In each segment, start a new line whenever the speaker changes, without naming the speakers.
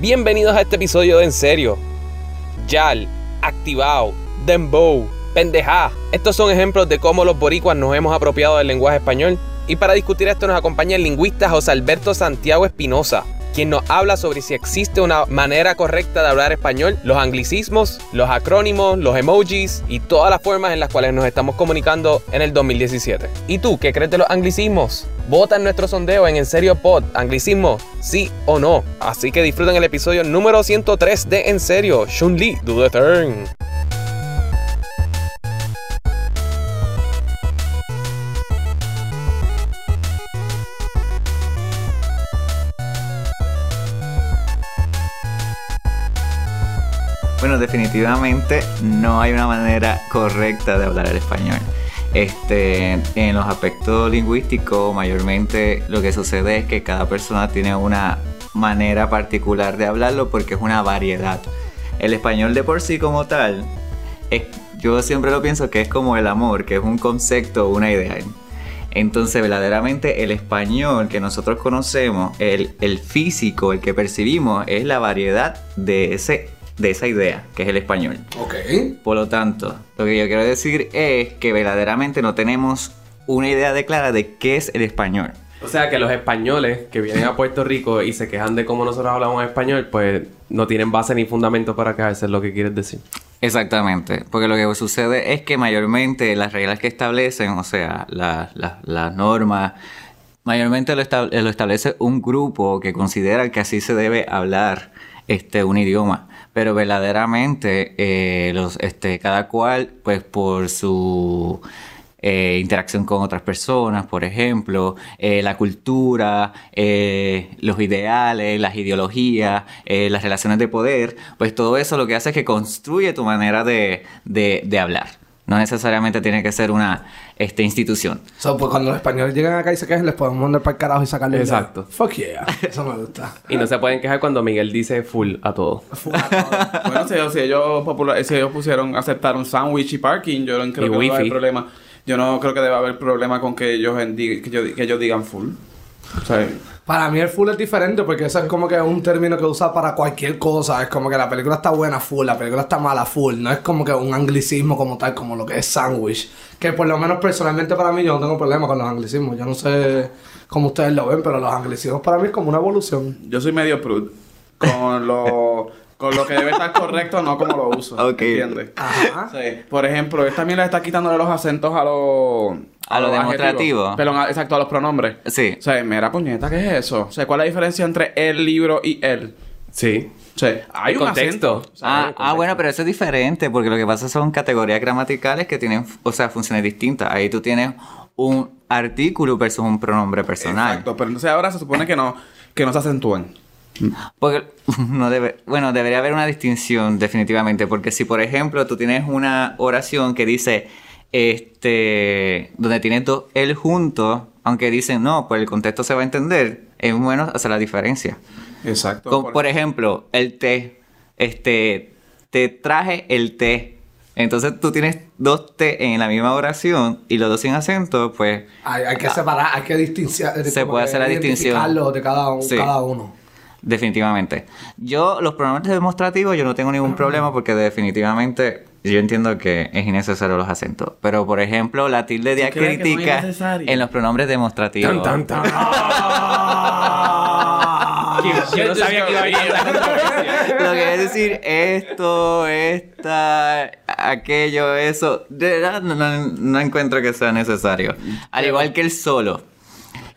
Bienvenidos a este episodio de En Serio. Yal, Activado, Dembow, Pendejá. Estos son ejemplos de cómo los boricuas nos hemos apropiado del lenguaje español. Y para discutir esto nos acompaña el lingüista José Alberto Santiago Espinosa, quien nos habla sobre si existe una manera correcta de hablar español, los anglicismos, los acrónimos, los emojis y todas las formas en las cuales nos estamos comunicando en el 2017. ¿Y tú qué crees de los anglicismos? Vota en nuestro sondeo en En Serio Pod, anglicismo, sí o no. Así que disfruten el episodio número 103 de En Serio, Shun Lee, Do the Turn.
Bueno, definitivamente no hay una manera correcta de hablar el español. Este, en los aspectos lingüísticos, mayormente lo que sucede es que cada persona tiene una manera particular de hablarlo porque es una variedad. El español de por sí como tal, es- yo siempre lo pienso que es como el amor, que es un concepto, una idea. Entonces, verdaderamente, el español que nosotros conocemos, el, el físico, el que percibimos, es la variedad de, ese, de esa idea, que es el español.
Ok.
Por lo tanto, lo que yo quiero decir es que verdaderamente no tenemos una idea de clara de qué es el español.
O sea que los españoles que vienen a Puerto Rico y se quejan de cómo nosotros hablamos español, pues no tienen base ni fundamento para quejarse, es lo que quieres decir.
Exactamente, porque lo que sucede es que mayormente las reglas que establecen, o sea, la- la- las normas, mayormente lo, estab- eh, lo establece un grupo que considera que así se debe hablar este, un idioma. Pero verdaderamente eh, los, este, cada cual, pues por su eh, interacción con otras personas, por ejemplo, eh, la cultura, eh, los ideales, las ideologías, eh, las relaciones de poder, pues todo eso lo que hace es que construye tu manera de, de- de hablar. No necesariamente tiene que ser una este, institución.
So, pues cuando los españoles llegan acá y se quejan, les podemos mandar para el carajo y sacarle.
Exacto.
Fuck yeah. Eso me gusta.
Y no se pueden quejar cuando Miguel dice full a todo.
Bueno, si ellos, si ellos, popula- si ellos pusieron, aceptaron sándwich y parking, yo no creo
Y
que no va a
wifi.
haber problema. Yo no creo que deba haber problema con que ellos, en- di- que yo- que ellos digan full. O sea,
Para mí el full es diferente porque eso es como que un término que usa para cualquier cosa. Es como que la película está buena full, la película está mala full. No es como que un anglicismo como tal, como lo que es sandwich. Que por lo menos personalmente para mí yo no tengo problema con los anglicismos. Yo no sé cómo ustedes lo ven, pero los anglicismos para mí es como una evolución.
yo soy medio prude con lo, con lo que debe estar correcto, no como lo uso.
Ok.
¿Entiendes?
Ajá.
Sí. Por ejemplo, esta mierda está quitándole los acentos a los...
A lo
los
demostrativo.
adjetivos. Perdón, a- exacto, a los pronombres.
Sí.
O sea, mira, puñeta, ¿qué es eso? O sea, ¿cuál es la diferencia entre el libro y él?
Sí.
O sea, hay
El
un
contexto.
acento.
Ah, ah, bueno, pero eso es diferente, porque lo que pasa son categorías gramaticales que tienen, o sea, funciones distintas. Ahí tú tienes un artículo versus un pronombre personal.
Exacto, pero entonces ahora se supone que no, que no se acentúan.
Porque no debe, bueno, debería haber una distinción definitivamente, porque si por ejemplo tú tienes una oración que dice este donde tienes dos el junto, aunque dicen no, pues el contexto se va a entender, es bueno hacer la diferencia.
Exacto.
Como, por ejemplo, el té, este te traje el té. Entonces tú tienes dos té en la misma oración y los dos sin acento, pues
Hay, hay que separar, hay que distanciar.
Se
como
puede
que
hacer la distinción.
identificarlos de cada, un-
Sí.
cada uno.
Definitivamente. Yo, los pronombres demostrativos, yo no tengo ningún problema porque definitivamente yo entiendo que es innecesario los acentos. Pero, por ejemplo, la tilde
¿Tú crees que no es
diacrítica
necesario?
en los pronombres demostrativos.
Yo no sabía que iba a venir esa controversia.
Lo que es decir esto, esta, aquello, eso, de verdad no, no- no encuentro que sea necesario. Al igual que el solo.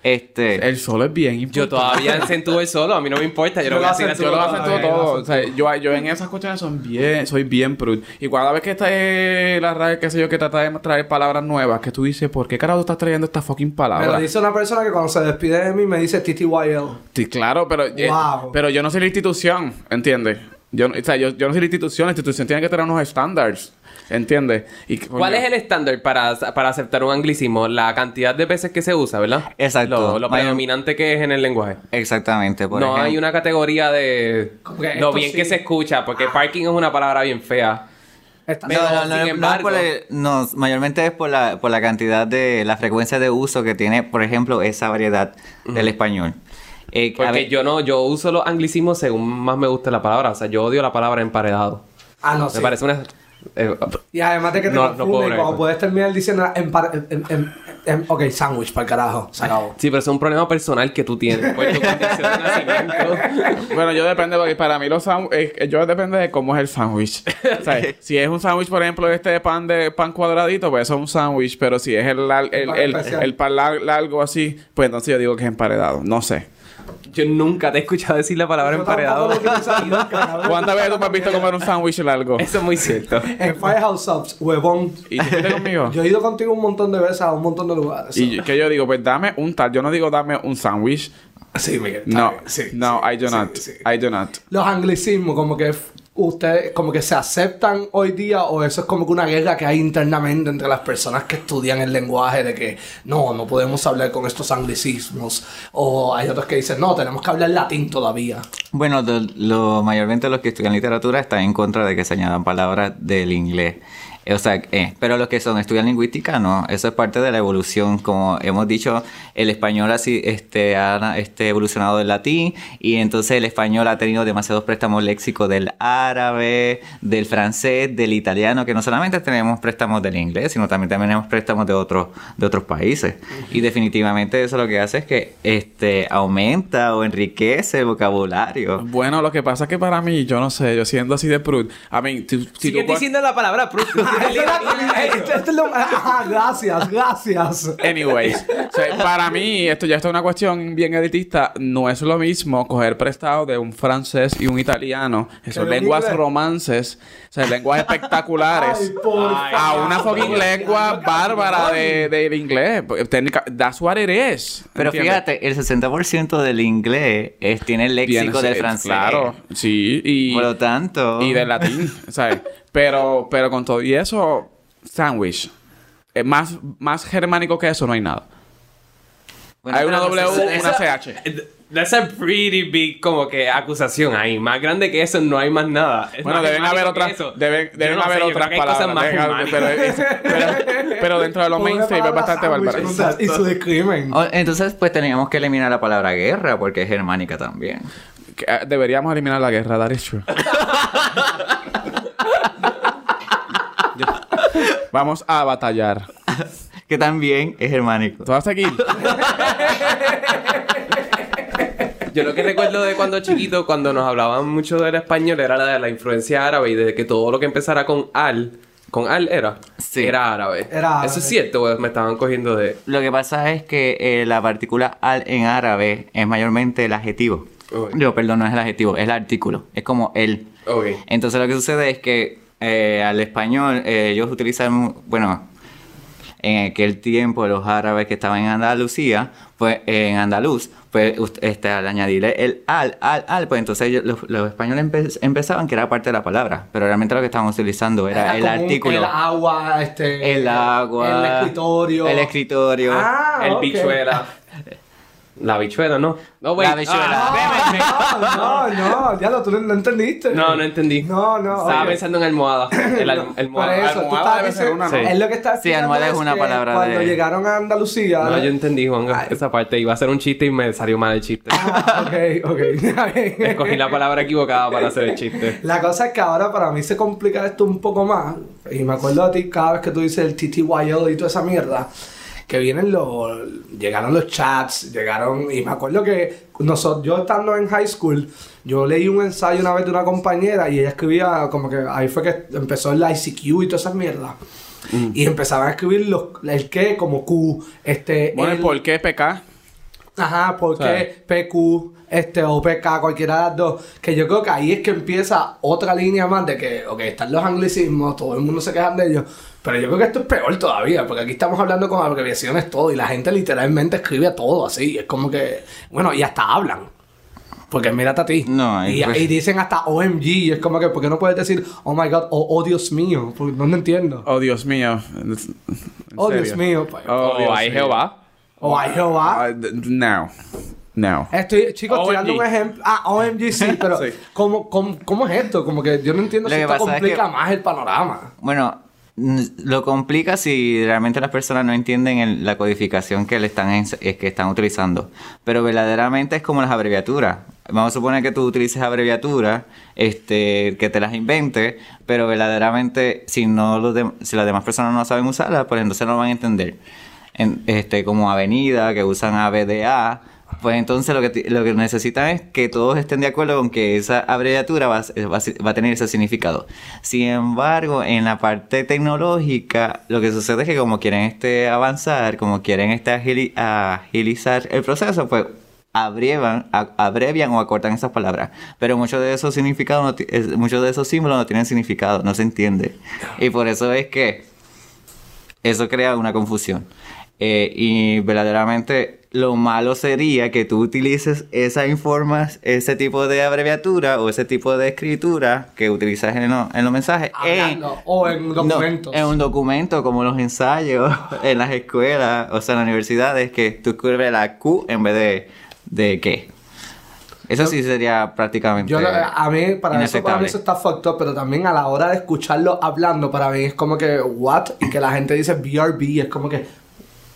Este,
el solo es bien
Yo
importante.
todavía acentúo el solo, a mí no me importa, yo no voy a decir
yo lo
acento.
acentúo
todavía, lo
todo. O sea, yo, yo en esas cuestiones son bien, soy bien prude. Y cada vez que está eh, la radio, qué sé yo, que trata de traer palabras nuevas, que tú dices, ¿por qué carajo tú estás trayendo estas fucking
Me lo
palabras?
dice una persona que cuando se despide de mí me dice TTYL.
Sí, claro, pero, eh,
Wow.
pero yo no soy la institución, ¿entiendes? Yo, no- o sea, yo, yo no soy la institución, la institución tiene que tener unos estándares, ¿entiendes? Y,
¿Cuál
coño,
es el estándar para, para aceptar un anglicismo? La cantidad de veces que se usa, ¿verdad?
Exacto.
Lo, lo
Mayor-
predominante que es en el lenguaje.
exactamente, por
no hay
ejemplo.
una categoría de
Como que
lo
esto
bien
sí.
que Ah. se escucha, porque parking es una palabra bien fea.
Esta-
Pero,
no, no,
sin
no,
embargo-
no, por el- no, mayormente es por la, por la cantidad de, la frecuencia de uso que tiene, por ejemplo, esa variedad del español. Eh, a
Porque
ver,
yo no, yo uso los anglicismos según más me guste la palabra. O sea, yo odio la palabra emparedado.
Ah, no,
Me
sí.
parece una. eh,
Y además de que te
No, no
confunde,
puedo
y
bregar
cuando
con-
puedes terminar diciendo empar- em- em- em- em- ok, sándwich, para carajo, se acabó.
sí, pero es un problema personal que tú tienes. Pues, tu condición de nacimiento.
Bueno, yo depende, porque para mí los sándwiches, yo depende de cómo es el sándwich. O sea, si es un sándwich, por ejemplo, este de pan de pan cuadradito, pues eso es un sándwich, pero si es el, lar- el,
pan
el-
especial.
el pan lar- largo así, pues entonces yo digo que es emparedado, no sé.
Yo nunca te he escuchado decir la palabra
Yo tampoco
emparedado.
lo utilizo nunca, cabrón.
¿Cuántas veces tú me has visto comer un sándwich largo?
Eso es muy cierto.
En Firehouse Subs, huevón.
¿Y tú fuiste conmigo?
Yo he ido contigo un montón de veces a un montón de lugares.
Y yo- que yo digo, pues dame un tal, yo no digo dame un sándwich.
Sí, Miguel. está
No,
bien, sí,
no,
sí,
I do
sí,
not,
sí.
I do not.
Los anglicismos, como que f- ustedes, como que se aceptan hoy día, o eso es como que una guerra que hay internamente entre las personas que estudian el lenguaje de que no, no podemos hablar con estos anglicismos. O hay otros que dicen, no, tenemos que hablar latín todavía.
Bueno, lo, lo- mayormente los que estudian literatura están en contra de que se añadan palabras del inglés. Eh, O sea, eh, pero los que son estudian lingüística, no. Eso es parte de la evolución. Como hemos dicho, el español así este, ha este, evolucionado del latín y entonces el español ha tenido demasiados préstamos léxicos del árabe, del francés, del italiano, que no solamente tenemos préstamos del inglés, sino también, también tenemos préstamos de otros, de otros países. Y definitivamente eso lo que hace es que este, aumenta o enriquece el vocabulario.
Bueno, lo que pasa es que para mí, yo no sé, yo siendo así de prud, a mí, si, si
Sigue
tú...
diciendo la palabra prut.
Esto- esto es lo- Ajá, gracias, gracias.
Anyways, o sea, para mí, esto ya está una cuestión bien elitista. No es lo mismo coger prestado de un francés y un italiano, que son
de un
lenguas
inglés.
romances, o sea, lenguas espectaculares,
Ay, por
a
favor.
una fucking lengua bárbara de- del inglés. Técnica, that's what it is.
Pero
¿entiendes?
fíjate, el 60% del inglés es, tiene el
Bien,
léxico del
es-
francés.
Claro, sí. Y,
Por lo tanto.
y del latín, ¿sabes? Pero, pero con todo y eso, sandwich. Eh, más, más germánico que eso no hay nada.
Bueno,
hay una
pero
W,
no sé-
una CH.
That's a pretty big como que acusación ahí. Más grande que eso no hay más nada. Es
Bueno,
más
deben haber
dramático
otras,
que eso.
deben,
Yo
deben
no sé,
haber
yo
otras
creo que hay cosas
palabras,
más
deben haber- pero, eh,
humanas.
pero- pero dentro de los
Ponle
mainstream es
palabras
bastante
sándwich,
bárbaro.
o sea, Y su discrimen.
o- entonces, pues teníamos que eliminar la palabra guerra porque es germánica también.
Que, eh, Deberíamos eliminar la guerra, that is true. Vamos a batallar.
Que también es germánico.
¿Tú vas aquí?
Yo lo que recuerdo de cuando chiquito, cuando nos hablaban mucho del español, era la de la influencia árabe y de que todo lo que empezara con al, con al era,
Sí.
era árabe.
Era árabe.
Eso es cierto, güey, me estaban cogiendo de.
Lo que pasa es que eh, la partícula al en árabe es mayormente el adjetivo.
Uy.
No, perdón, no es el adjetivo, es el artículo. Es como el.
Ok.
Entonces lo que sucede es que eh, al español eh, ellos utilizan, bueno, en aquel tiempo los árabes que estaban en Andalucía, pues eh, en Andaluz, pues ust- este, al añadirle el al, al, al, pues entonces ellos- los, los españoles empe- empezaban que era parte de la palabra, pero realmente lo que estaban utilizando era, el
Ah, como un-
artículo.
El agua, este.
el agua.
El escritorio.
El escritorio.
Ah,
El
ok.
bichuela. La bichuela, no. No, Ah. güey.
La bichuela.
Ah, No, no, no, ya lo, tú no, no entendiste.
no, no entendí.
No, no.
Estaba
ok.
pensando en almohada. El, al-
No,
almohada.
Por eso, tú
Almohada
estás
debe ser
diciendo.
una,
¿no? Sí.
Es lo que estás
Sí, almohada
explicando
es una
que
palabra
Cuando
de-
llegaron a Andalucía.
No, yo entendí, Juan, esa parte. Iba a hacer un chiste y me salió mal el chiste.
Ah, ok, ok. está bien.
Escogí la palabra equivocada para hacer el chiste.
La cosa es que ahora para mí se complica esto un poco más. Y me acuerdo de ti cada vez que tú dices el TTYL y toda esa mierda. Que vienen los. Llegaron los chats, llegaron. Y me acuerdo que nosotros, yo estando en high school, yo leí un ensayo una vez de una compañera y ella escribía como que ahí fue que empezó el ICQ y todas esas mierdas.
Mm.
Y empezaban a escribir los, el qué como Q, este.
Bueno,
el-
¿por qué PK?
Ajá, porque PQ, este, o PK, cualquiera de las dos. Que yo creo que ahí es que empieza otra línea más de que, ok, están los anglicismos, todo el mundo se quejan de ellos. Pero yo creo que esto es peor todavía, porque aquí estamos hablando con abreviaciones todo, y la gente literalmente escribe a todo así. Es como que, bueno, y hasta hablan. Porque mírate a ti.
No,
y,
pues-
y dicen hasta OMG. Y es como que, ¿por qué no puedes decir, oh my god, o oh Dios mío? Porque no lo entiendo.
Oh, Dios mío. En
Oh Dios
serio.
mío. pues.
Oh, Dios
ahí
mío.
Jehová.
O ay Jehová.
Ah, d- d- No. No.
Estoy, chicos, estoy dando
OMG.
un ejemplo. Ah, OMG sí, pero
Sí.
¿cómo, cómo, cómo es esto? Como que yo no entiendo
Lo
si
que
esto
pasa es
complica
que-
más el panorama.
Bueno, mm, lo complica si realmente las personas no entienden el- la codificación que le están ens- eh, que están utilizando. Pero verdaderamente es como las abreviaturas. Vamos a suponer que tú utilices abreviaturas, este, que te las inventes, pero verdaderamente si no los dem- si las demás personas no saben usarlas, pues entonces no van a entender. En- este, como avenida, que usan ABDA, pues entonces lo que, ti- lo que necesitan es que todos estén de acuerdo con que esa abreviatura va, a s- va a s- va a tener ese significado. Sin embargo, en la parte tecnológica, lo que sucede es que como quieren este avanzar, como quieren este agili- agilizar el proceso, pues abrevan- a- abrevian o acortan esas palabras. Pero muchos de esos significados, no ti- es- muchos de esos símbolos no tienen significado, no se entiende. Y por eso es que eso crea una confusión. Eh, y verdaderamente lo malo sería que tú utilices esa informa, ese tipo de abreviatura o ese tipo de escritura que utilizas en, lo- en los mensajes. en-
Hablando, o en
no,
documentos.
en un documento como los ensayos en las escuelas, o sea, en las universidades, que tú escribes la Q en vez de, de qué. Eso sí sería prácticamente...
Yo lo- ah, a mí, para eso, para mí
inaceptable.
eso está fucked up, pero también a la hora de escucharlo hablando, para mí es como que, what? Y que la gente dice BRB, es como que,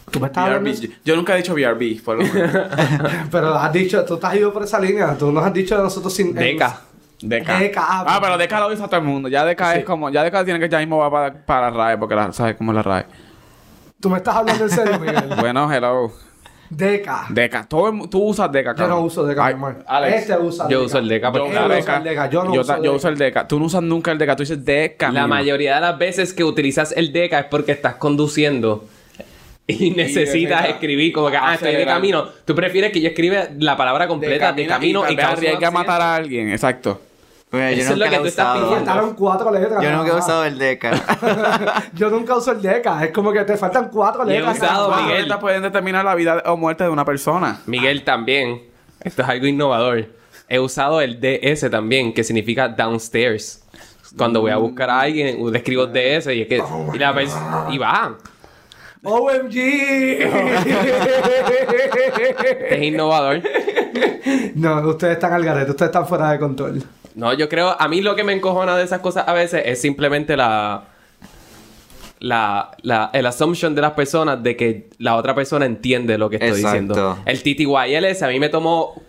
tú me estás hablando.
BRB. Yo nunca he dicho BRB, por lo menos.
Pero has dicho, tú te has ido por esa línea, tú nos has dicho de nosotros sin.
Deca.
Deca.
Deca, ah,
Ah, pero Deca lo dice a todo el mundo. Ya Deca es como. Ya Deca tiene que ya mismo va para, para RAE, porque la, sabes cómo es la RAE.
Tú me estás hablando en serio, Miguel.
Bueno, hello.
Deca.
Deca. Todo el mu- tú usas Deca,
Yo
cabrón.
no uso Deca, mi
Ay,
amor.
Alex.
Este usa
Yo uso el Deca
Yo,
porque
Él no
usa
usa
Deca.
el Deca, yo no
yo,
uso
ta-
el
yo
Deca.
uso el Deca. Tú no usas nunca el Deca, tú dices Deca.
La
mimo.
mayoría de las veces que utilizas el DECA es porque estás conduciendo y necesitas
necesitas
escribir como que, ah, estoy de
acelerar.
camino. Tú prefieres que yo escriba la palabra completa de camino y,
tal vez
causa un
arriesga a
accidente.
matar a alguien, exacto.
Mira, yo
eso es lo
nunca
que
lo
tú
he
estás
usado.
pidiendo.
Faltaron cuatro letras.
Yo nunca he
nada
usado el DECA.
más. Yo nunca uso el Deca. Es como que te faltan cuatro
Yo he
letras. nada
usado,
más.
Las
Miguel.
letras pueden determinar la vida o muerte de una persona.
Miguel también. Esto es algo innovador. He usado el DS también, que significa downstairs. Cuando voy a buscar a alguien, le escribo DS y es que.
Oh,
y, la pers- y va.
OMG.
Es innovador.
no, ustedes están al garete, ustedes están fuera de control.
No, yo creo. A mí lo que me encojona de esas cosas a veces es simplemente la. La, la, el assumption de las personas de que la otra persona entiende lo que estoy
Exacto.
diciendo. El TTYLS a mí me tomó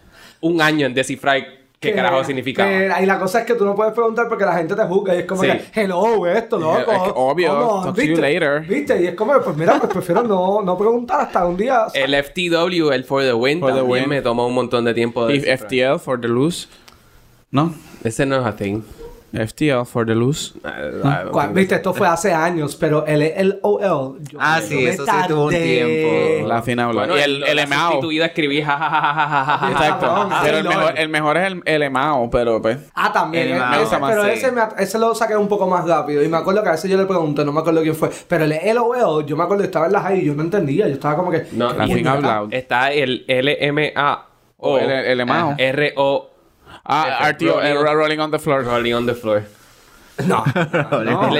un año en descifrar qué carajo significaba.
que- y la cosa es que tú no puedes preguntar porque la gente te juzga y es como
Sí.
que, hello, esto, loco.
Es que obvio,
¿cómo?
talk to you later.
¿Viste? Y es como, pues mira, pues prefiero no, no preguntar hasta un día.
El FTW, el For the Win,
For the
también
Win.
me tomó un montón de tiempo. De
If
descifrar.
FTL for the lose. No.
Ese no es a thing.
FTL for the lose.
Ah,
Cuál- Viste, esto fue hace años, pero el E LOL. yo-
Ah,
yo
sí,
me
eso sí tuvo un
tardé.
tiempo.
La final.
Bueno,
y el, el,
la
MAO.
sustituida escribí jajajajajaja.
Exacto.
cabrón,
pero
sí,
el
ah,
no,
mejor,
el-
el mejor es el, el MAO, pero pues.
Ah, también.
El
eh,
Mao.
ese- pero
Sí.
ese, me- ese lo saqué un poco más rápido. Y me acuerdo que a veces yo le pregunté, no me acuerdo quién fue. Pero el LOL, yo me acuerdo que estaba en las high y yo no entendía. Yo estaba como que.
No,
La
y
fin
está-
hablado.
Está el LMA.
O el- el MAO.
R-O.
Ah,
F-
RTO, el
rolling-
Rolling on the Floor.
Rolling on the floor.
No.
No,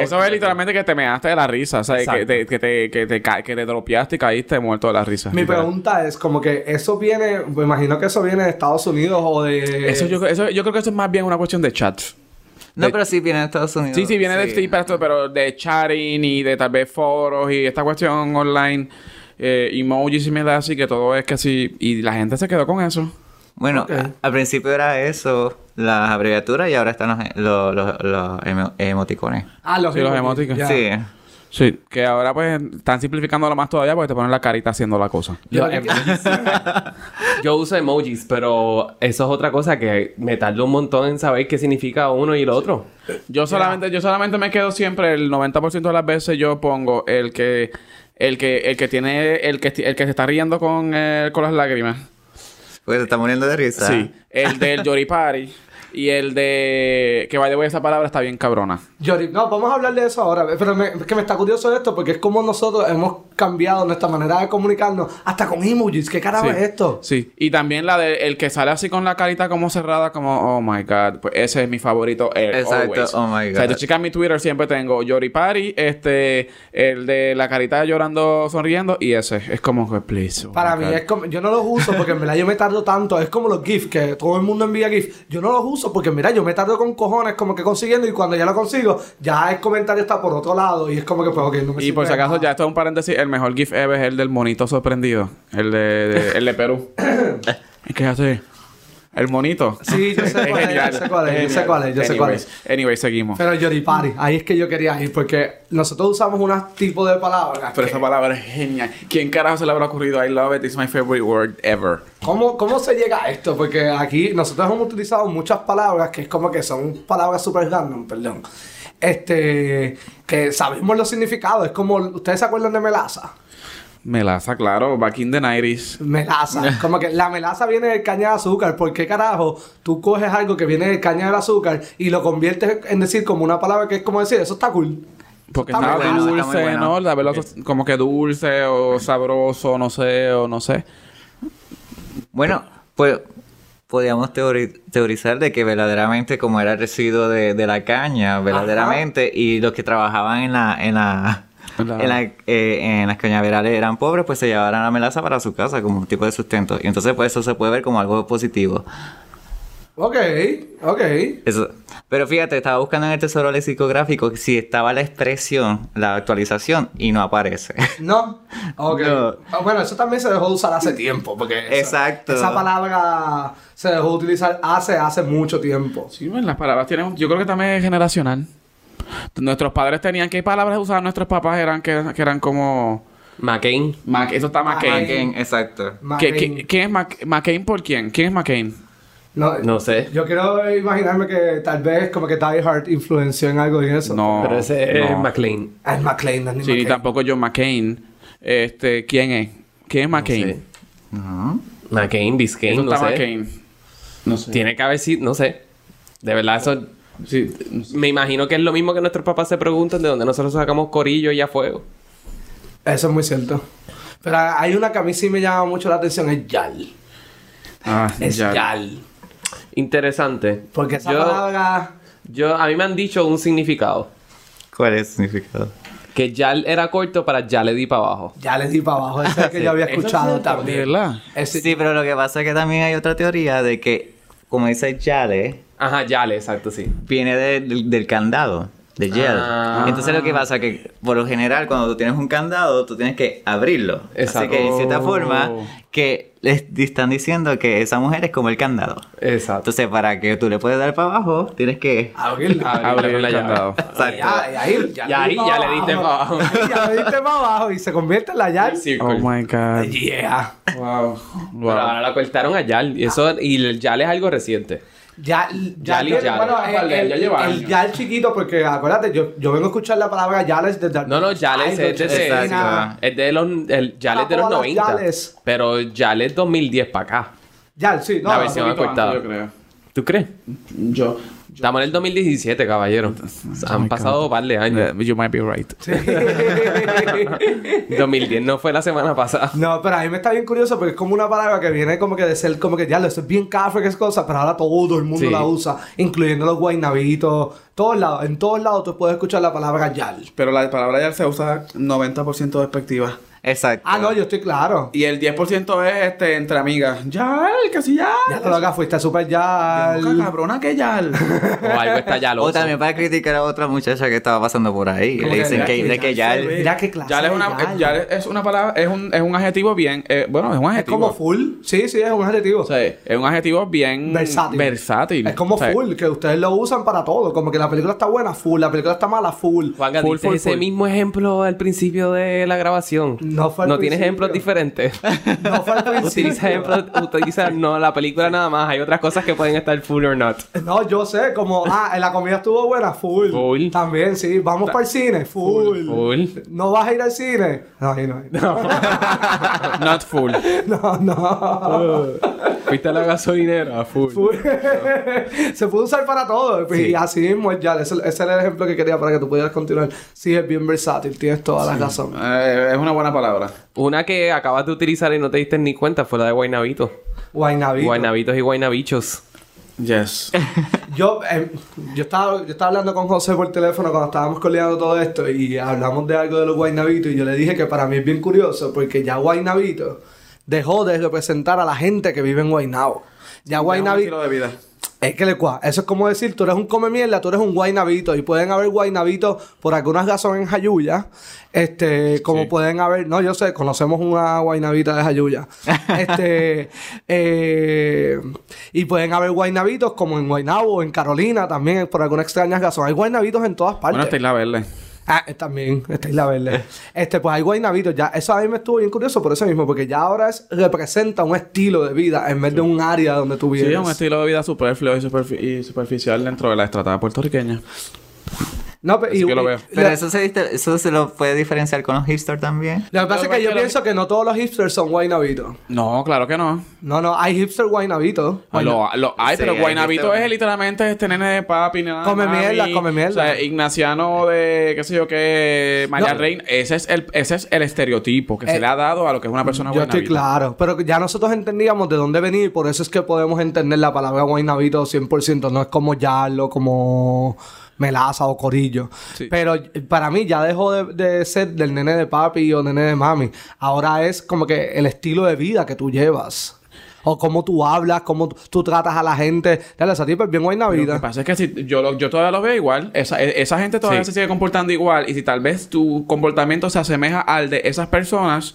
Eso es literalmente que te measte de la risa, o sea, que
Pues, Exacto.
te, que, te, que, te ca- que te dropeaste y caíste muerto de la risa.
Mi
literal.
pregunta es como que eso viene, me imagino que eso viene de Estados Unidos o de...
Eso yo, eso, yo creo que eso es más bien una cuestión de chat.
No,
De-
pero sí viene de Estados Unidos.
Sí, sí, viene de este pero, pero de chatting y de tal vez foros y esta cuestión online, eh, emojis y mierda así, que todo es que sí. Y la gente se quedó con eso.
Bueno,
Ok.
a- al principio era eso, las abreviaturas, y ahora están los, los, los- los emo- emoticones.
Ah, los,
Sí, los
emoticons,
emoticons.
ya.
Sí.
Sí, que ahora pues están simplificándolo más todavía porque te ponen la carita haciendo la cosa.
Yo, emojis. Yo uso emojis, pero eso es otra cosa que me tardó un montón en saber qué significa uno y lo otro.
Yo solamente, yo solamente me quedo siempre, el 90% de las veces yo pongo el que, el que, el que tiene, el que, esti- el que se está riendo con, eh, con las lágrimas.
Pues se está muriendo de risa.
Sí. El del Yoripari. Y el de... Que, by the way, esa palabra está bien cabrona.
Yori- no, vamos a hablar de eso ahora, pero me- es que me está curioso esto porque es como nosotros hemos cambiado nuestra manera de comunicarnos hasta con emojis, ¿qué carajo
Sí.
es esto?
Sí. Y también la de el que sale así con la carita como cerrada, como, oh my god. Pues ese es mi favorito. eh,
Exacto,
always.
oh my
O sea,
God.
yo checa mi Twitter siempre tengo Yoripari, este, el de la carita llorando, sonriendo, y ese. Es como que, please. oh
Para
my
mí
God.
es como, yo no los uso porque en verdad yo me tardo tanto, es como los GIFs, que todo el mundo envía GIFs, yo no los uso, porque mira, yo me tardo con cojones como que consiguiendo y cuando ya lo consigo, ya el comentario está por otro lado y es como que, pues, ok, no me
Y por si
sirve
acaso,
nada.
ya esto es un paréntesis, el mejor GIF ever es el del monito sorprendido. El de, de- el de Perú. ¿Y ¿Qué hace? El monito.
Sí, yo sé cuál es, yo
genial,
sé cuál es, yo sé
genial.
cuál es, yo sé cuál es.
Anyways, Anyway, seguimos. Pero,
Pero Yoripari, ahí es que yo quería ir, porque nosotros usamos unos tipos de palabras. que-
esa palabra es genial. ¿Quién carajo se le habrá ocurrido? I love it, it's my favorite word ever.
¿Cómo, ¿Cómo se llega a esto? Porque aquí nosotros hemos utilizado muchas palabras que es como que son palabras super random, perdón. Este, que sabemos los significados, es como, ¿ustedes se acuerdan de melaza?
Melaza, claro, back in the 90s.
Melaza, es como que la melaza viene del caña de azúcar, ¿por qué carajo tú coges algo que viene del caña del azúcar y lo conviertes en decir como una palabra que es como decir, eso está cool?
Porque
Está muy
estaba
bueno, está
dulce,
muy bueno.
¿no? La veloz- como que dulce o sabroso, no sé, o no sé.
Bueno, pues podíamos teori- teorizar de que verdaderamente como era el residuo de, de la caña, verdaderamente, y los que trabajaban en la... En la...
La-
En, la- eh, en las cañaverales eran pobres, pues se llevaban la melaza para su casa como un tipo de sustento. Y entonces, pues eso se puede ver como algo positivo.
Ok, ok.
Eso. Pero fíjate, estaba buscando en el tesoro lexicográfico si estaba la expresión, la actualización, y no aparece.
No, ok.
No.
Ah, Bueno, eso también se dejó de usar hace tiempo, porque esa-
Exacto.
esa palabra se dejó de utilizar hace, hace mucho tiempo.
Sí, bueno, las palabras tienen... Yo creo que también es generacional. Nuestros padres tenían... ¿Qué palabras usaban nuestros papás? Eran que, que eran como...
McCain.
Ma- eso está McCain.
Again, exacto.
¿Qué-
McCain.
qué- ¿Quién es Mac- McCain por quién? ¿Quién es McCain?
No,
No sé.
Yo quiero imaginarme que tal vez como que Die Hard influenció en algo en eso.
No.
Pero ese es
no.
McLean.
Ah, Es McLean, no es ni
Sí, ni
McCain.
tampoco John McCain. Este, ¿quién es? ¿Quién es McCain?
sé. McCain, Biscayne,
Eso
no
está
sé.
McCain. No sé.
Tiene que haber sido, no sé. De verdad, eso.
Sí, no sé.
Me imagino que es lo mismo que nuestros papás se preguntan de dónde nosotros sacamos corillo y a fuego.
Eso es muy cierto. Pero hay una que a mí sí me llama mucho la atención, es Yal.
Ah,
Es
ya.
Yal.
Interesante.
Porque esa
yo,
palabra...
yo- a mí me han dicho un significado.
¿Cuál es el significado?
Que ya era corto para ya le di para abajo.
Ya le di para abajo, ese que yo había escuchado
De
también.
verdad.
Ese-
Sí, pero lo que pasa es que también hay otra teoría de que, como dice Yale,
Ajá, ya le, exacto, sí.
viene de- del, del candado, de gel.
Ah.
Entonces lo que pasa es que por lo general cuando tú tienes un candado, tú tienes que abrirlo.
Exacto.
Así que de cierta
Oh.
forma que les están diciendo que esa mujer es como el candado.
Exacto.
Entonces para que tú le puedas dar para abajo, tienes que...
Abrirla.
Abrirla
Abrir
con la
el
llave.
candado.
Exacto.
Y ahí- y ahí ya,
Y ahí ya le diste
para
pa' abajo.
ya le diste para abajo y se convierte en la Yal.
Oh my god.
Yeah.
Wow.
Pero ahora la cortaron a Yal. Y, eso, y el Yal es algo reciente.
Yal,
Yal
yal,
y Yal.
bueno,
Ah,
el,
vale, ya
el,
lleva
el
años.
Yal chiquito, porque acuérdate, yo, yo vengo a escuchar la palabra Yales desde...
No, no, Yal es, este, es desde-
Ah.
Exacto.
es de los, el Yal es de los
Todas las
90.
Yales.
Pero Yal es 2010 para acá.
Yal, sí, no.
La versión
Un poquito
cortada.
antes, Yo creo.
¿Tú crees?
Yo.
Estamos en el 2017, caballero. Han pasado par de años.
Eh, You might be right.
Sí.
2010 no fue la semana pasada.
No, pero a mí me está bien curioso porque es como una palabra que viene como que de ser como que ya lo es bien cafre que es cosa, pero ahora todo el mundo
Sí.
la usa, incluyendo los guaynabitos, todos lados, en todos lados tú puedes escuchar la palabra yal.
Pero la palabra ya se usa 90% despectiva.
Exacto.
Ah, no, yo estoy claro.
Y el 10% es este entre amigas. Yal, casi yal.
Ya te lo hagas, fuiste super
Loca,
yal.
cabrona que yal.
O algo está ya
O también para criticar a otra muchacha que estaba pasando por ahí.
Como
Le dicen
que-
que, de que ya...
se ve.
Mira qué clase
Yal es
de
una,
yal.
yal es una palabra, es un, es un adjetivo bien. eh, bueno, es un
Es
adjetivo.
como full. Sí, sí, es un adjetivo.
O sea, es un adjetivo bien
Versátil.
versátil.
Es como
O sea,
full, que ustedes lo usan para todo. Como que la película está buena, full. La película está mala, full.
Juan,
Full,
diste
full,
ese
full.
mismo ejemplo al principio de la grabación.
No fue al
No tienes
principio.
ejemplos diferentes.
No fue al
Utiliza
principio.
ejemplos, utiliza no la película nada más. Hay otras cosas que pueden estar full or not.
No, yo sé, como, ah, la comida estuvo buena, full.
Full.
También, sí. Vamos para el cine, full.
Full.
¿No vas a ir al cine? No, ahí no. ahí No,
Not full.
no.
Oh.
no.
Fuiste a la gasolinera, full.
Full. Se puede usar para todo. Y así mismo es ya. Ese, ese era el ejemplo que quería para que tú pudieras continuar. Sí, es bien versátil. Tienes toda la razón.
Eh, es una buena palabra.
Una que acabas de utilizar y no te diste ni cuenta fue la de Guainabito.
Guaynabito.
Guainabitos y guainabichos.
Yes.
Yo, eh, yo, estaba, yo estaba hablando con José por teléfono cuando estábamos coleando todo esto y hablamos de algo de los guaynabitos y yo le dije que para mí es bien curioso porque ya guaynabito dejó de representar a la gente que vive en Guaynabo. Ya
Es un
guaynabito...
estilo de vida.
Es que le cua. Eso es como decir, tú eres un come mierda, tú eres un guaynabito. Y pueden haber guaynabitos por algunas gasón en Jayuya. Este, como pueden haber, no, yo sé, conocemos una guaynabita de Jayuya. Este, eh, y pueden haber guaynabitos como en Guaynabo, en Carolina, también por algunas extrañas gasón. Hay guaynabitos en todas partes.
Bueno, esta isla verde.
Ah, eh, también, esta Isla Verde. Este, pues hay guaynabitos ya. Eso a mí me estuvo bien curioso por eso mismo, porque ya ahora es, representa un estilo de vida en vez de un área donde tú vives.
Sí, es un estilo de vida superfluo y, superfi- y superficial dentro de la estratada puertorriqueña.
No, pe-
Así que lo veo.
Pero
la-
eso se, diste- eso se lo puede diferenciar con los hipsters también.
Lo que pasa es que yo pienso que no todos los hipsters son guaynabitos.
No, claro que no.
No, no, hay hipster guaynabitos.
Lo, lo hay,
Sí,
pero
hay
Guaynabito
gente-
es literalmente este nene de papi, nena de
Come
mami.
mierda, come mierda.
O sea, Ignaciano de qué sé yo qué, María
No.
Reina. Ese es el, ese es el estereotipo que
Eh,
se le ha dado a lo que es una persona
Yo estoy
guaynabita.
claro, pero ya nosotros entendíamos de dónde venir y por eso es que podemos entender la palabra guaynabito 100%, no es como yarlo, como melaza o corillo.
Sí.
Pero para mí ya dejó de, de ser del nene de papi o nene de mami. Ahora es como que el estilo de vida que tú llevas. O cómo tú hablas, cómo tú- tú tratas a la gente. Dale, esa tipa es bien
Lo que
guaynabita.
pasa es que si yo, lo- yo todavía los veo igual. Esa, e- esa gente todavía
Sí.
se sigue comportando igual. Y si tal vez tu comportamiento se asemeja al de esas personas,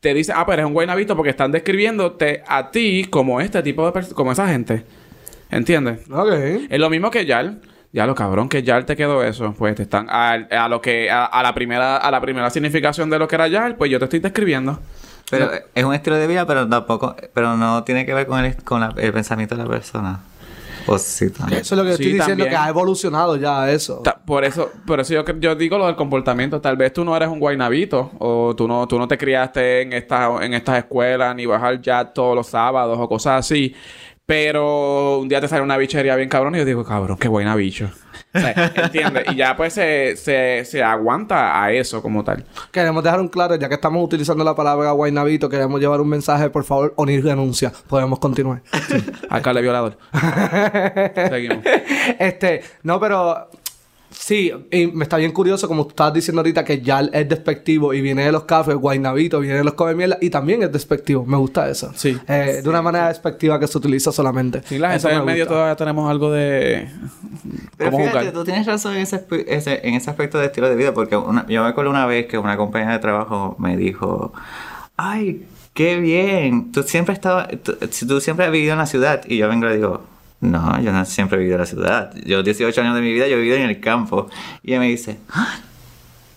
te dice, ah, pero es un guaynabito porque están describiéndote a ti como este tipo de personas, como esa gente. ¿Entiendes?
Ok.
Es lo mismo que Yal. Ya lo cabrón que Yal te quedó eso. Pues te están a, a lo que a, a la primera a la primera significación de lo que era Yal, pues yo te estoy describiendo.
Pero es un estilo de vida, pero tampoco, pero no tiene que ver con el, con la- el pensamiento de la persona. O sí, también.
Eso es lo que yo
Sí,
estoy diciendo,
también.
que ha evolucionado ya eso.
Ta- por eso por eso yo, cre- yo digo lo del comportamiento. Tal vez tú no eres un guaynabito o tú no tú no te criaste en estas en estas escuelas ni bajar ya todos los sábados o cosas así. Pero un día te sale una bichería bien cabrón y yo digo, cabrón, qué buena bicho. O sea, ¿Entiendes? Y ya pues se, se, se aguanta a eso como tal.
Queremos dejar un claro, ya que estamos utilizando la palabra guaynabito, queremos llevar un mensaje, por favor, Onir renuncia. Podemos continuar.
Alcalde violador. Seguimos.
este, no, pero sí, y me está bien curioso, como tú estabas diciendo ahorita, que ya es despectivo y viene de los cafés, guaynabito, viene de los come mierda, y también es despectivo. Me gusta eso.
Sí.
Eh, De una manera despectiva que se utiliza solamente.
Sí, la gente
Eso me
en medio
gusta.
todavía tenemos algo de...
Pero
¿Cómo
fíjate,
jugar?
tú tienes razón en ese, aspe- ese- en ese aspecto de estilo de vida, porque una- yo me acuerdo una vez que una compañera de trabajo me dijo, ay, qué bien, tú siempre, estabas, tú, tú siempre has vivido en la ciudad. Y yo vengo y le digo, no, yo no siempre he vivido en la ciudad. Yo 18 años de mi vida, yo he vivido en el campo. Y ella me dice, "Ah,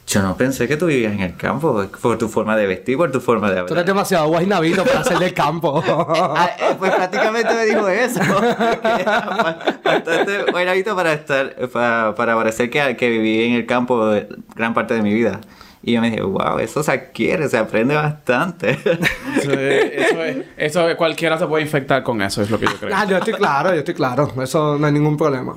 yo no pensé que tú vivías en el campo, por tu forma de vestir, por tu forma de
Tú eres
hablar.
demasiado guaynabito para ser del campo.
Ah, eh, pues prácticamente me dijo eso. Que era Bastante buen hábito para estar, para, para parecer que, que viví en el campo gran parte de mi vida. Y yo me dije, wow, eso se adquiere, se aprende bastante.
Eso, es- eso, es- eso es- cualquiera se puede infectar con eso, es lo que yo creo.
Ah, yo estoy claro, yo estoy claro. Eso no hay ningún problema.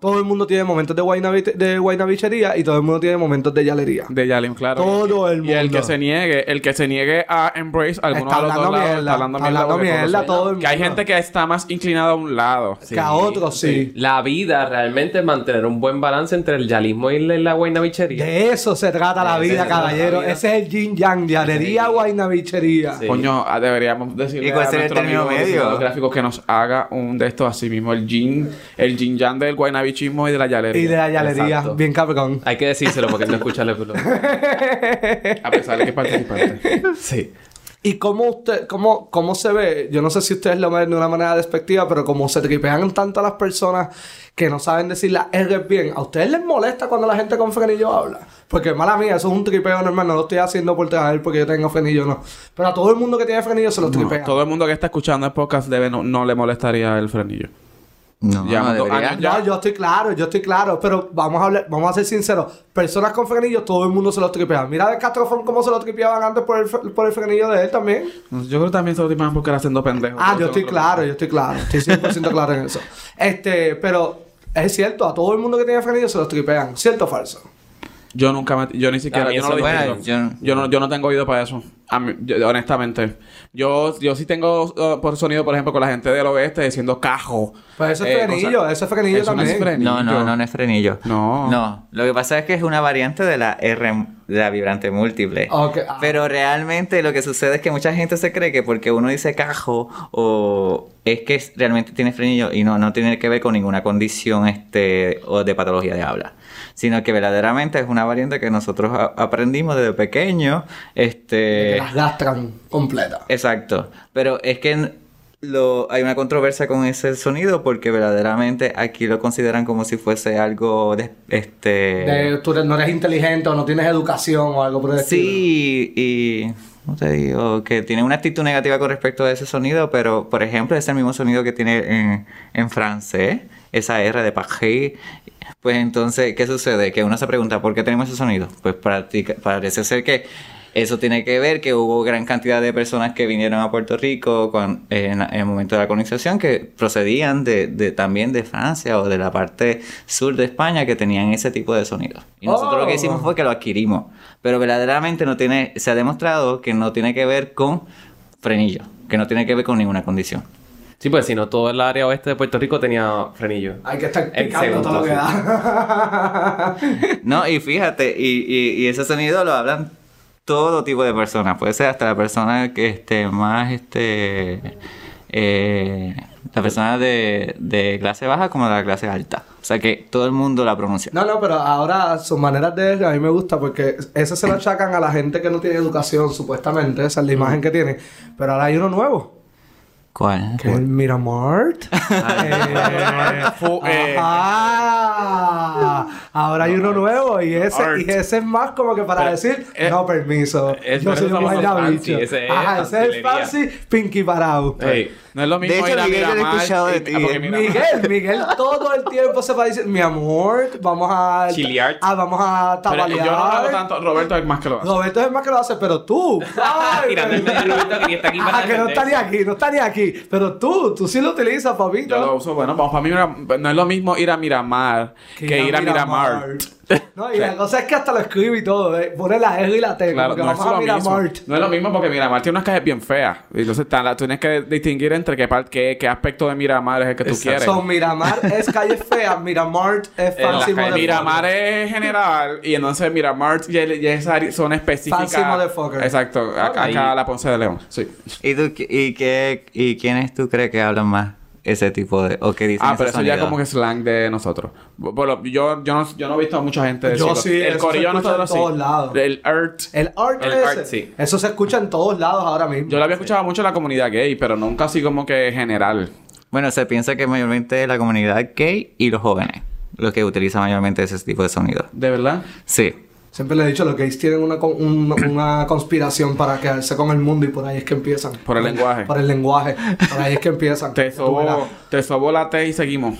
Todo el mundo tiene momentos de, guaynabi- de guaynabichería y todo el mundo tiene momentos de yalería.
De Yalim, claro.
Todo el
Y el
mundo.
que se niegue, el que se niegue a embrace alguno
Está
de los dos
hablando
lados,
mierda, está hablando
porque
mierda
conoce-
todo el
Que hay
mundo.
gente que está más inclinada a un lado.
Que a otros sí.
La vida realmente es mantener un buen balance entre el yalismo y la, la guaynabichería.
De eso se trata la vida, caballero. Ese es el yin yang, yalería, guaynabichería.
Sí.
Coño, ah, deberíamos decirle
¿Y cuál
a
sería el
nuestro
término
amigo
medio?
diseñador gráfico que nos haga un de estos así mismo, el yin, el yin yang del guaynabichismo y de la yalería.
Y de la yalería,
Exacto.
bien cabrón.
Hay que decírselo porque no escucha el culo.
A pesar de que es participante.
Sí.
¿Y cómo usted, cómo, cómo se ve? Yo no sé si ustedes lo ven de una manera despectiva, pero como se tripean tanto a las personas que no saben decir las R bien, ¿a ustedes les molesta cuando la gente con frenillo habla? Porque mala mía, eso es un tripeo normal, no lo estoy haciendo por traer porque yo tengo frenillo, no. Pero a todo el mundo que tiene frenillo se los tripea.
Todo el mundo que está escuchando el podcast debe no, no le molestaría el frenillo.
No,
Ya,
no,
dos
debería.
años.
No, yo estoy claro, yo estoy claro, pero vamos a hablar, vamos a ser sinceros. Personas con frenillos, todo el mundo se los tripea. Mira de Castrofón cómo se los tripeaban antes por el, fre- por el frenillo de él también.
Yo creo que también se lo timan porque era haciendo pendejo.
Ah, yo estoy claro, yo estoy claro. Estoy 100% claro en eso. Este, pero es cierto, a todo el mundo que tiene frenillo se los tripean. ¿Cierto o falso?
Yo nunca me... Yo ni siquiera...
mí
Yo no,
eso
lo
me-
yo-
distingo. yo, no, yo no tengo oído para eso. A mí- yo- honestamente. Yo, yo sí tengo uh, por sonido, por ejemplo, con la gente del oeste diciendo cajo.
Pues eso es frenillo, eso es frenillo
Eh, eso no
también.
es frenillo.
No, no, no, no es frenillo.
No.
No. Lo que pasa es que es una variante de la R, la vibrante múltiple.
Ok, ah.
Pero realmente lo que sucede es que mucha gente se cree que porque uno dice cajo o es que es- realmente tiene frenillo y no, no tiene que ver con ninguna condición este, o de patología de habla. Sino que verdaderamente es una variante que nosotros a- aprendimos desde pequeño. Este,
Que las gastran completas.
Exacto. Pero es que n- lo, hay una controversia con ese sonido porque verdaderamente aquí lo consideran como si fuese algo de, este...
De- tú no eres inteligente o no tienes educación o algo por el estilo.
Sí, y... ¿Cómo te digo? Que tiene una actitud negativa con respecto a ese sonido, pero, por ejemplo, es el mismo sonido que tiene en, en francés, esa R de pajé. Pues entonces, ¿qué sucede? Que uno se pregunta, ¿por qué tenemos ese sonido? Pues practica- parece ser que eso tiene que ver que hubo gran cantidad de personas que vinieron a Puerto Rico cuan- en, en el momento de la colonización que procedían de, de- también de Francia o de la parte sur de España que tenían ese tipo de sonido. Y nosotros lo que hicimos
Oh.
fue que lo adquirimos. Pero verdaderamente no tiene, se ha demostrado que no tiene que ver con frenillo, que no tiene que ver con ninguna condición.
Sí, pues si no, todo el área oeste de Puerto Rico tenía frenillo.
Hay que estar
El
picando todo lo que da.
No, y fíjate, y, y- y ese sonido lo hablan todo tipo de personas. Puede ser hasta la persona que esté más, este, eh, la persona de, de clase baja como de la clase alta. O sea que todo el mundo la pronuncia.
No, no, pero ahora sus maneras de... A mí me gusta porque eso se lo achacan a la gente que no tiene educación, supuestamente. Esa es la imagen que tiene. Pero ahora hay uno nuevo.
¿Cuál?
Que es el Miramart. Eh, ajá. Ahora hay uno nuevo y ese, y ese es más como que para decir, no permiso.
eh,
yo
pero eso
soy un
somos los
guardabicho.
fancy, ese es
Ajá, ese es el
fancilería.
fancy Pinky Parao.
Ey,
No es lo mismo
hecho,
ir a
Miguel, yo lo he
Miramar
escuchado de
y-
ti,
ah, porque
eh.
Miramar-
Miguel, Miguel todo el tiempo se va a decir, mi amor, vamos a...
Chilear.
Ah, vamos a
Pero
tabalear.
yo no lo hago tanto. Roberto es más que lo hace.
Roberto es el más que lo hace, pero tú. Ay, ah,
Tirando el medio a Roberto que ni está aquí para
Ajá, Ah, que no está ni
defenderse.
aquí, no está ni aquí. Pero tú, tú sí lo utilizas, papito.
Yo lo uso, bueno, vamos para Miramar. No es lo mismo ir a Miramar que, ir a Miramar.
No, y la cosa es que hasta lo escribe y todo, ¿eh? Pone la R y la T, como
Claro,
que
no es
vamos a
lo mismo.
Miramar.
No es lo mismo porque Miramar tiene unas calles bien feas. Y entonces está la- tú tienes que distinguir entre qué, par- qué, qué aspecto de Miramar es el que tú quieres.
Son Miramar es calle fea, Miramar es
Eh,
fancy
la calle-
motherfucker.
Miramar es general y entonces Miramar y, el- y esa área son específicas.
Fancy motherfucker.
Exacto, acá,
Ahí.
acá la Ponce de León. Sí.
¿Y, tú, qui- y, qué, ¿Y quiénes tú crees que hablan más ese tipo de... o que dicen
Ah,
ese
pero eso ya
sonido?
como que es slang de nosotros. Bueno, yo, yo, no, yo no he visto a mucha gente
Yo
decirlo.
sí, eso
El
se
corillo de
escucha en
nosotros sí.
todos lados.
El Earth.
El art
El
ese,
art, sí.
Eso se escucha en todos lados ahora mismo.
Yo lo había escuchado mucho en la comunidad gay, pero nunca así como que general.
Bueno, se piensa que mayormente la comunidad gay y los jóvenes, los que utilizan mayormente ese tipo de sonido.
¿De verdad?
Sí.
Siempre le he dicho, los gays tienen una, con- un- una conspiración para quedarse con el mundo y por ahí es que empiezan.
Por el lenguaje.
Por el lenguaje. Por ahí es que empiezan.
Te
Tú verás.
sobó, te sobó la T y seguimos.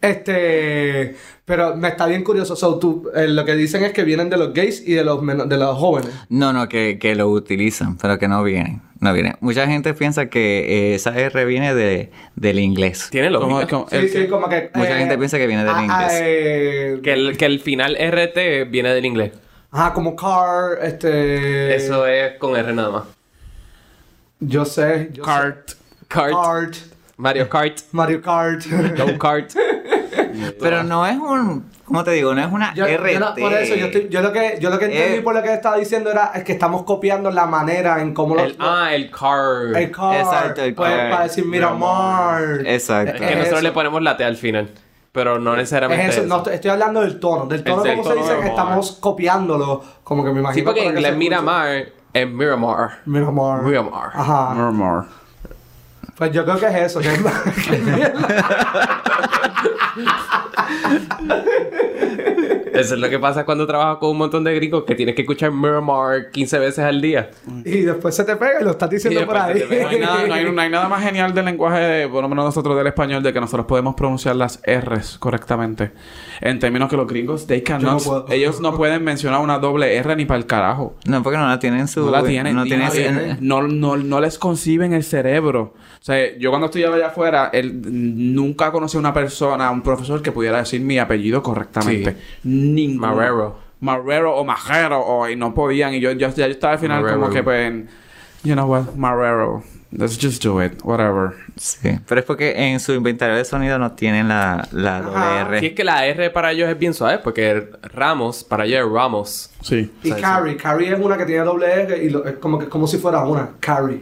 Este, pero me está bien curioso. So, tú, eh, lo que dicen es que vienen de los gays y de los men- de los jóvenes.
No, no, que, que lo utilizan, pero que no vienen. No vienen. Mucha gente piensa que eh, esa R viene de, del inglés.
Tiene
Como-
lógica.
como-
Sí,
el
sí,
que-
como que ah,
Mucha gente piensa que viene del inglés.
eh,
Que el, que el final RT viene del inglés.
ajá, como car, este.
Eso es con R nada más.
Yo sé. yo
Cart.
sé.
Kart.
Kart.
Mario Kart.
Mario Kart.
Go Kart.
Pero no es un, ¿cómo te digo? No es una
Yo,
RT.
yo no- por eso, yo, estoy- yo lo que, yo lo que entendí
Eh.
por lo que estaba diciendo era es que estamos copiando la manera en cómo los.
El, ah, el car.
el car.
Exacto, el
pues,
car.
Para decir, mira, Mar.
Exacto.
Es
Eh,
que nosotros
eso.
le ponemos la T al final. Pero no necesariamente.
Es eso,
eso.
no, estoy- estoy hablando del tono, del tono
del
como se
tono
dice
de
que
Omar.
estamos copiándolo, como que me
sí,
imagino.
porque en
para que
inglés
se escuche.
Miramar es Miramar.
Miramar.
Miramar.
Ajá.
Murmur.
Pues yo creo que es eso, que es la- que es la-
Eso es lo que pasa cuando trabajas con un montón de gringos que tienes que escuchar Miramar 15 veces al día.
Y después se te pega y lo estás diciendo
Y
por
después se
ahí.
te pega.
No hay, nada, no hay- no hay nada más genial del lenguaje, de, por lo menos nosotros del español, de que nosotros podemos pronunciar las R's correctamente. En términos que los gringos, they
no
cannot,
puedo.
ellos no pueden mencionar una doble R ni para el carajo.
No, porque no la tienen su...
No la tienen.
No,
ni
tienen
nadie.
ese-
no, no- no les conciben el cerebro. O sea, yo cuando estudiaba allá afuera, él, nunca conocí a una persona, a un profesor que pudiera decir mi apellido correctamente.
Sí.
Ninguno.
Marrero.
Marrero o Majero. O, y no podían. Y yo, yo- ya yo estaba al final
Marrero.
como que, pues, you know what, Marrero. Let's just do it. Whatever.
Sí. Pero es porque en su inventario de sonido no tienen la, la doble R.
Si es que la R para ellos es bien suave, porque Ramos, para ellos es Ramos.
Sí.
Y Carrie. Carrie es una que tiene doble R y lo- es como, que, como si fuera una. Carrie.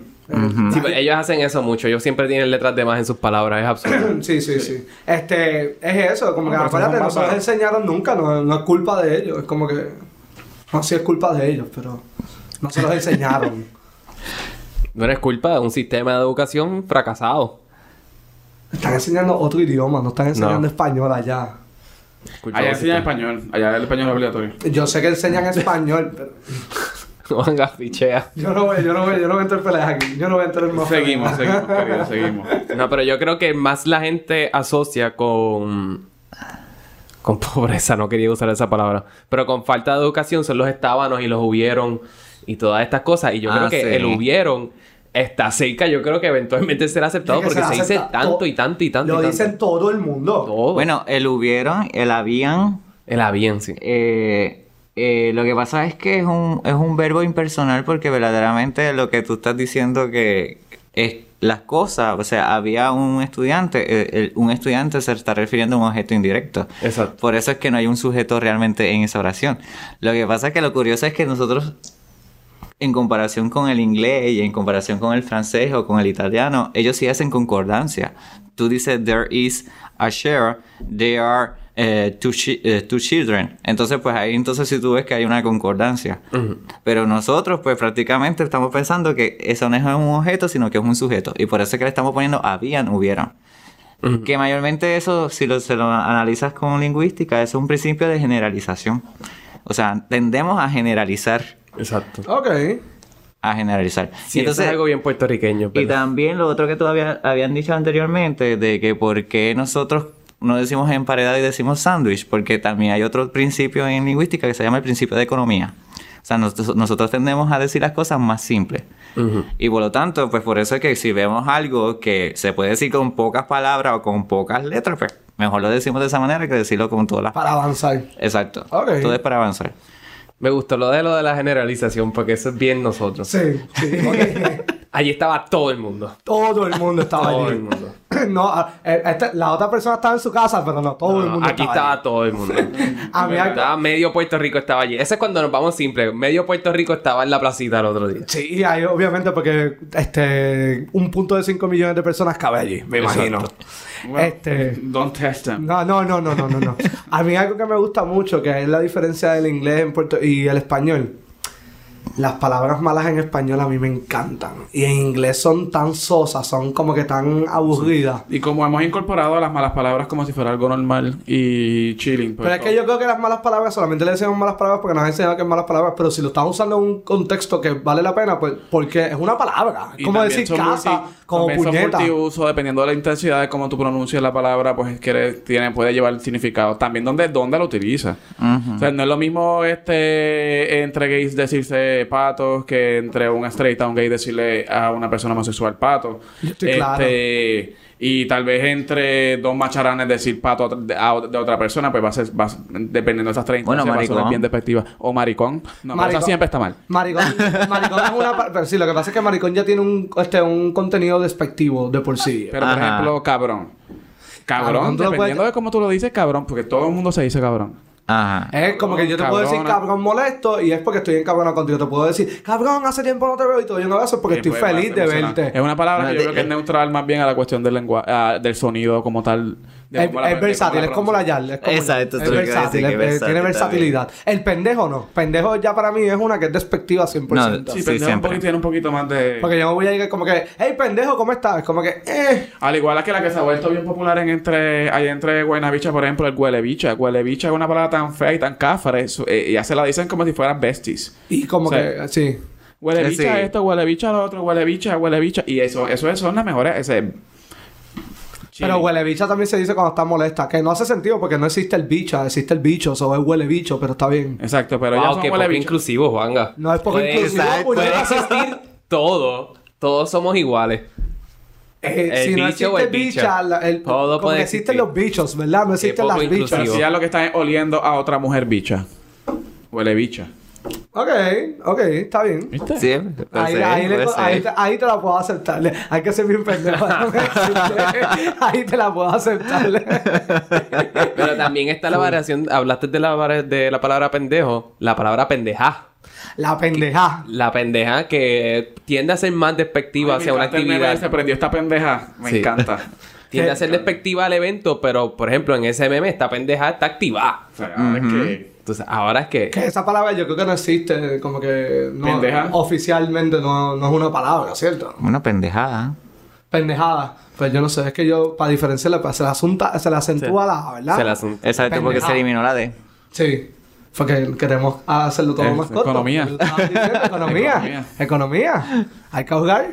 Sí, pero ellos hacen eso mucho. Ellos siempre tienen letras de más en sus palabras. Es absurdo.
Sí, sí, sí. Este, es eso, como que
pero
acuérdate,
son
no
más
se los
bárbaros.
enseñaron nunca, no, no es culpa de ellos, es como que. No, sí es culpa de ellos, pero no se los enseñaron.
No eres culpa de un sistema de educación fracasado.
están enseñando otro idioma, no están enseñando
No.
español allá.
Culpa
Allá
de un
enseñan
sistema.
español. Allá el español es obligatorio.
Yo sé que enseñan español, pero
Venga, fichea.
yo no voy, yo no voy, yo no voy a entrar en peleas aquí, yo no voy a entrar en más
Seguimos,
peleas.
seguimos, querido, seguimos.
No, pero yo creo que más la gente asocia con. Con pobreza, no quería usar esa palabra. Pero con falta de educación son los estábanos y los hubieron y todas estas cosas. Y yo
Ah,
creo que
sí.
el hubieron está cerca. Yo creo que eventualmente será aceptado
Es que
porque se,
se
dice
acepta.
tanto
To-
y tanto y tanto.
Lo
y tanto.
dicen todo el mundo.
todo.
Bueno, el hubieron, el habían.
el avión, sí.
eh, eh, lo que pasa es que es un, es un verbo impersonal porque verdaderamente lo que tú estás diciendo que es las cosas, o sea, había un estudiante, eh, el- un estudiante se está refiriendo a un objeto indirecto.
Exacto.
Por eso es que no hay un sujeto realmente en esa oración. Lo que pasa es que lo curioso es que nosotros, en comparación con el inglés y en comparación con el francés o con el italiano, ellos sí hacen concordancia. Tú dices, there is a share, there are eh, two, chi- eh, two children. Entonces, pues ahí entonces sí tú ves que hay una concordancia. Pero nosotros, pues prácticamente estamos pensando que eso no es un objeto, sino que es un sujeto. Y por eso es que le estamos poniendo habían, hubieron. Que mayormente eso, si lo, se lo analizas con lingüística, eso es un principio de generalización. O sea, tendemos a generalizar,
Exacto.
Ok.
a generalizar.
Sí, entonces,
Y entonces,
es algo bien puertorriqueño.
y
pero-
también lo otro que todavía habían dicho anteriormente, de que por qué nosotros no decimos emparedado y decimos sándwich, porque también hay otro principio en lingüística que se llama el principio de economía. O sea, nosotros, nosotros tendemos a decir las cosas más simples.
Ujú.
Y por lo tanto, pues por eso es que si vemos algo que se puede decir con pocas palabras o con pocas letras, pues mejor lo decimos de esa manera que decirlo con todas las...
Para avanzar.
Exacto.
Ok.
Todo es para avanzar.
Me gustó lo de lo de la generalización porque eso es bien nosotros.
Sí, sí.
Allí estaba todo el mundo.
Todo el mundo estaba
Todo
allí.
el mundo.
No, a- eh, esta- la otra persona estaba en su casa, pero no, todo el
No,
mundo
aquí estaba
estaba allí.
todo el mundo.
A mí-
Estaba medio Puerto Rico estaba allí. Ese es cuando nos vamos simple. Medio Puerto Rico estaba en la placita el otro día.
Sí, y ahí obviamente porque este un punto de 5 millones de personas cabe allí, me imagino. Este,
Don't test them.
no, no, no, no, no, no, no. A mí algo que me gusta mucho, que es la diferencia del inglés en Puerto y el español. Las palabras malas en español a mí me encantan. Y en inglés son tan sosas, son como que tan aburridas.
Y como hemos incorporado las malas palabras como si fuera algo normal y chilling. pues,
Pero es que yo creo que las malas palabras solamente le decimos malas palabras porque nos han enseñado que es malas palabras. Pero si lo estamos usando en un contexto que vale la pena, pues porque es una palabra. Es
Y
como
también
decir
son
casa,
multi-
como
también son
puñeta.
multiuso, dependiendo de la intensidad de cómo tú pronuncias la palabra, pues quiere- tiene, puede llevar significado. También dónde, dónde lo utilizas. O sea, no es lo mismo este entre gays decirse patos que entre un straight a un gay decirle a una persona homosexual pato.
estoy claro.
Este, Y tal vez entre dos macharanes decir pato a otra- de, a- de otra persona, pues va a ser, va a ser- dependiendo de esas tres
Bueno,
instancias, va a sonar
maricón.
bien despectiva. O maricón. No, pero
Maricón.
esa siempre está mal.
Maricón, maricón es una. pa- Pero sí, lo que pasa es que Maricón ya tiene un, este, un contenido despectivo de por sí.
Pero, por
Ajá.
ejemplo, cabrón. Cabrón,
Cabrón, tú lo
dependiendo
puedes-
de cómo tú lo dices, cabrón, porque todo el mundo se dice cabrón.
Ajá.
Es como que yo te puedo decir
Cabrona.
cabrón molesto y es porque estoy encabronado contigo. Te puedo decir cabrón, hace tiempo no te veo y te doy un abrazo porque
Que
estoy
puede
feliz
más
de
emocionante.
verte.
Es una palabra que yo
No,
creo
de-
que es neutral más bien a la cuestión del lenguaje, del sonido como tal. de
Es,
cómo la-
es
de cómo
versátil, es como la Yal. Es como
Exacto, eso
es
es lo que iba a decir,
versátil,
que
es-
es
tiene
versátil
versatilidad. El pendejo no. Pendejo ya para mí es una que es despectiva 100%.
Sí,
Sí,
pero tiene un
siempre.
poquito, tiene un poquito más de...
Porque yo no voy a llegar como que, hey pendejo, ¿cómo estás? Es como que, eh.
Al igual a que la que se ha vuelto bien popular en entre... Ahí entre Guaynabicha, por ejemplo, el huelebicha. Huelebicha es una palabra tan fea y tan cáfara. eso- eh, ya se la dicen como si fueran besties.
Y como
Sí.
que, sí.
Huele
Sí,
bicha
sí.
esto, huele bicha lo otro, huele bicha, huele bicha. Y eso, eso, eso son las mejores. Ese...
Pero huele bicha también se dice cuando está molesta, que no hace sentido porque no existe el bicha, existe el bicho, o sea, es huele bicho, pero está bien.
Exacto, pero ya
wow,
son
qué poco
huele bicha.
inclusivo, Juanga.
No es poco
Puede-
inclusivo,
Exacto.
puñeta.
Puede existir todo. Todos somos iguales.
Eh,
El
si no
bicho o el
existe el bicha,
bicho.
la- el-
Todo
como
puede
que existen
existir.
los bichos, ¿verdad? No existen
poco
las bichas.
inclusivo.
Pero si ya lo que está es oliendo a otra mujer bicha. Huele bicha.
Ok, ok, está bien.
¿Viste?
Sí, pues, puede
Ahí,
ser,
ahí le-
puede
ahí
ser.
te, ahí te la puedo aceptarle. Hay que ser bien pendejo. déjame decirte. ahí te la puedo aceptarle.
Pero también está la variación. Hablaste de la, vari- de la palabra pendejo. La palabra pendeja.
La pendeja.
La pendeja que tiende a ser más despectiva hacia una
Se
actividad.
prendió esta pendeja. Me
Sí.
encanta.
Tiende a ser despectiva al evento, pero por ejemplo en ese meme esta pendeja está activada.
O sea, ahora es que-
Entonces ahora es que.
Que esa palabra yo creo que no existe, como que no,
Pendeja.
oficialmente no, no es una palabra, ¿cierto?
Una pendejada.
Pendejada. Pues yo no sé, es que yo, para diferenciarla, pues, se la, asunta, se la acentúa la, ¿verdad?
Se la asun-
Exacto, porque
Pendejada.
se eliminó la D.
Sí. Porque queremos hacerlo todo Ah,
Es
más corto.
economía.
Lo estabas diciendo, economía.
Economía.
economía. Hay que jugar.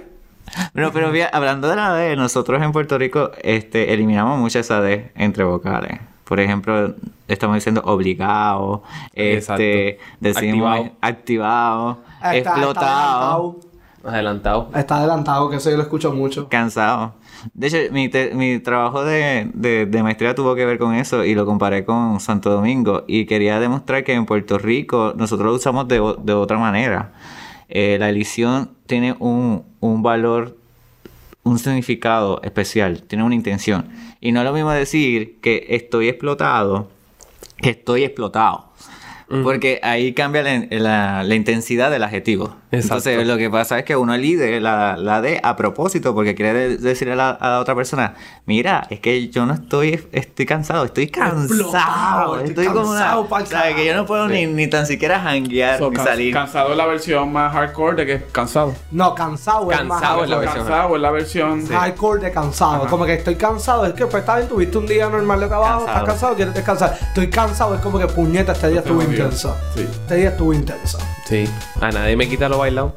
Bueno, pero vea, hablando de la D, nosotros en Puerto Rico este, eliminamos mucha esa D entre vocales. Por ejemplo, estamos diciendo obligado, este,
Exacto.
decimos activado,
Ah, Está- está
explotado,
adelantado.
Adelantado.
Está adelantado, que eso yo lo escucho mucho.
cansado. De hecho, mi, te- mi trabajo de, de- de maestría tuvo que ver con eso y lo comparé con Santo Domingo y quería demostrar que en Puerto Rico nosotros lo usamos de, o- de otra manera. Eh, la elición tiene un, un valor un significado especial, tiene una intención. Y no es lo mismo decir que estoy explotado que estoy explotado. Porque ahí cambia la, la- la intensidad del adjetivo.
Exacto.
Entonces, lo que pasa es que uno elide la, la D a propósito porque quiere de- decirle a la, a la otra persona: Mira, es que yo no estoy, estoy cansado, estoy cansado.
Explotado,
Estoy,
estoy
como una.
cansado,
o sea, que yo no puedo ni, ni tan siquiera janguear
So,
ni
can-
salir.
Cansado es la versión más hardcore de que es cansado.
No, cansado es más
Cansado es la
hardcore.
versión.
Cansado es la versión.
Hardcore de cansado. Como que estoy cansado. Es que pues está bien, tuviste un día normal de trabajo,
Cansado.
estás cansado, quieres descansar. Estoy cansado, es como que puñeta, este día estuvo
jodió.
intenso.
Sí.
Este día estuvo intenso.
Sí. A nadie me quita lo bailado.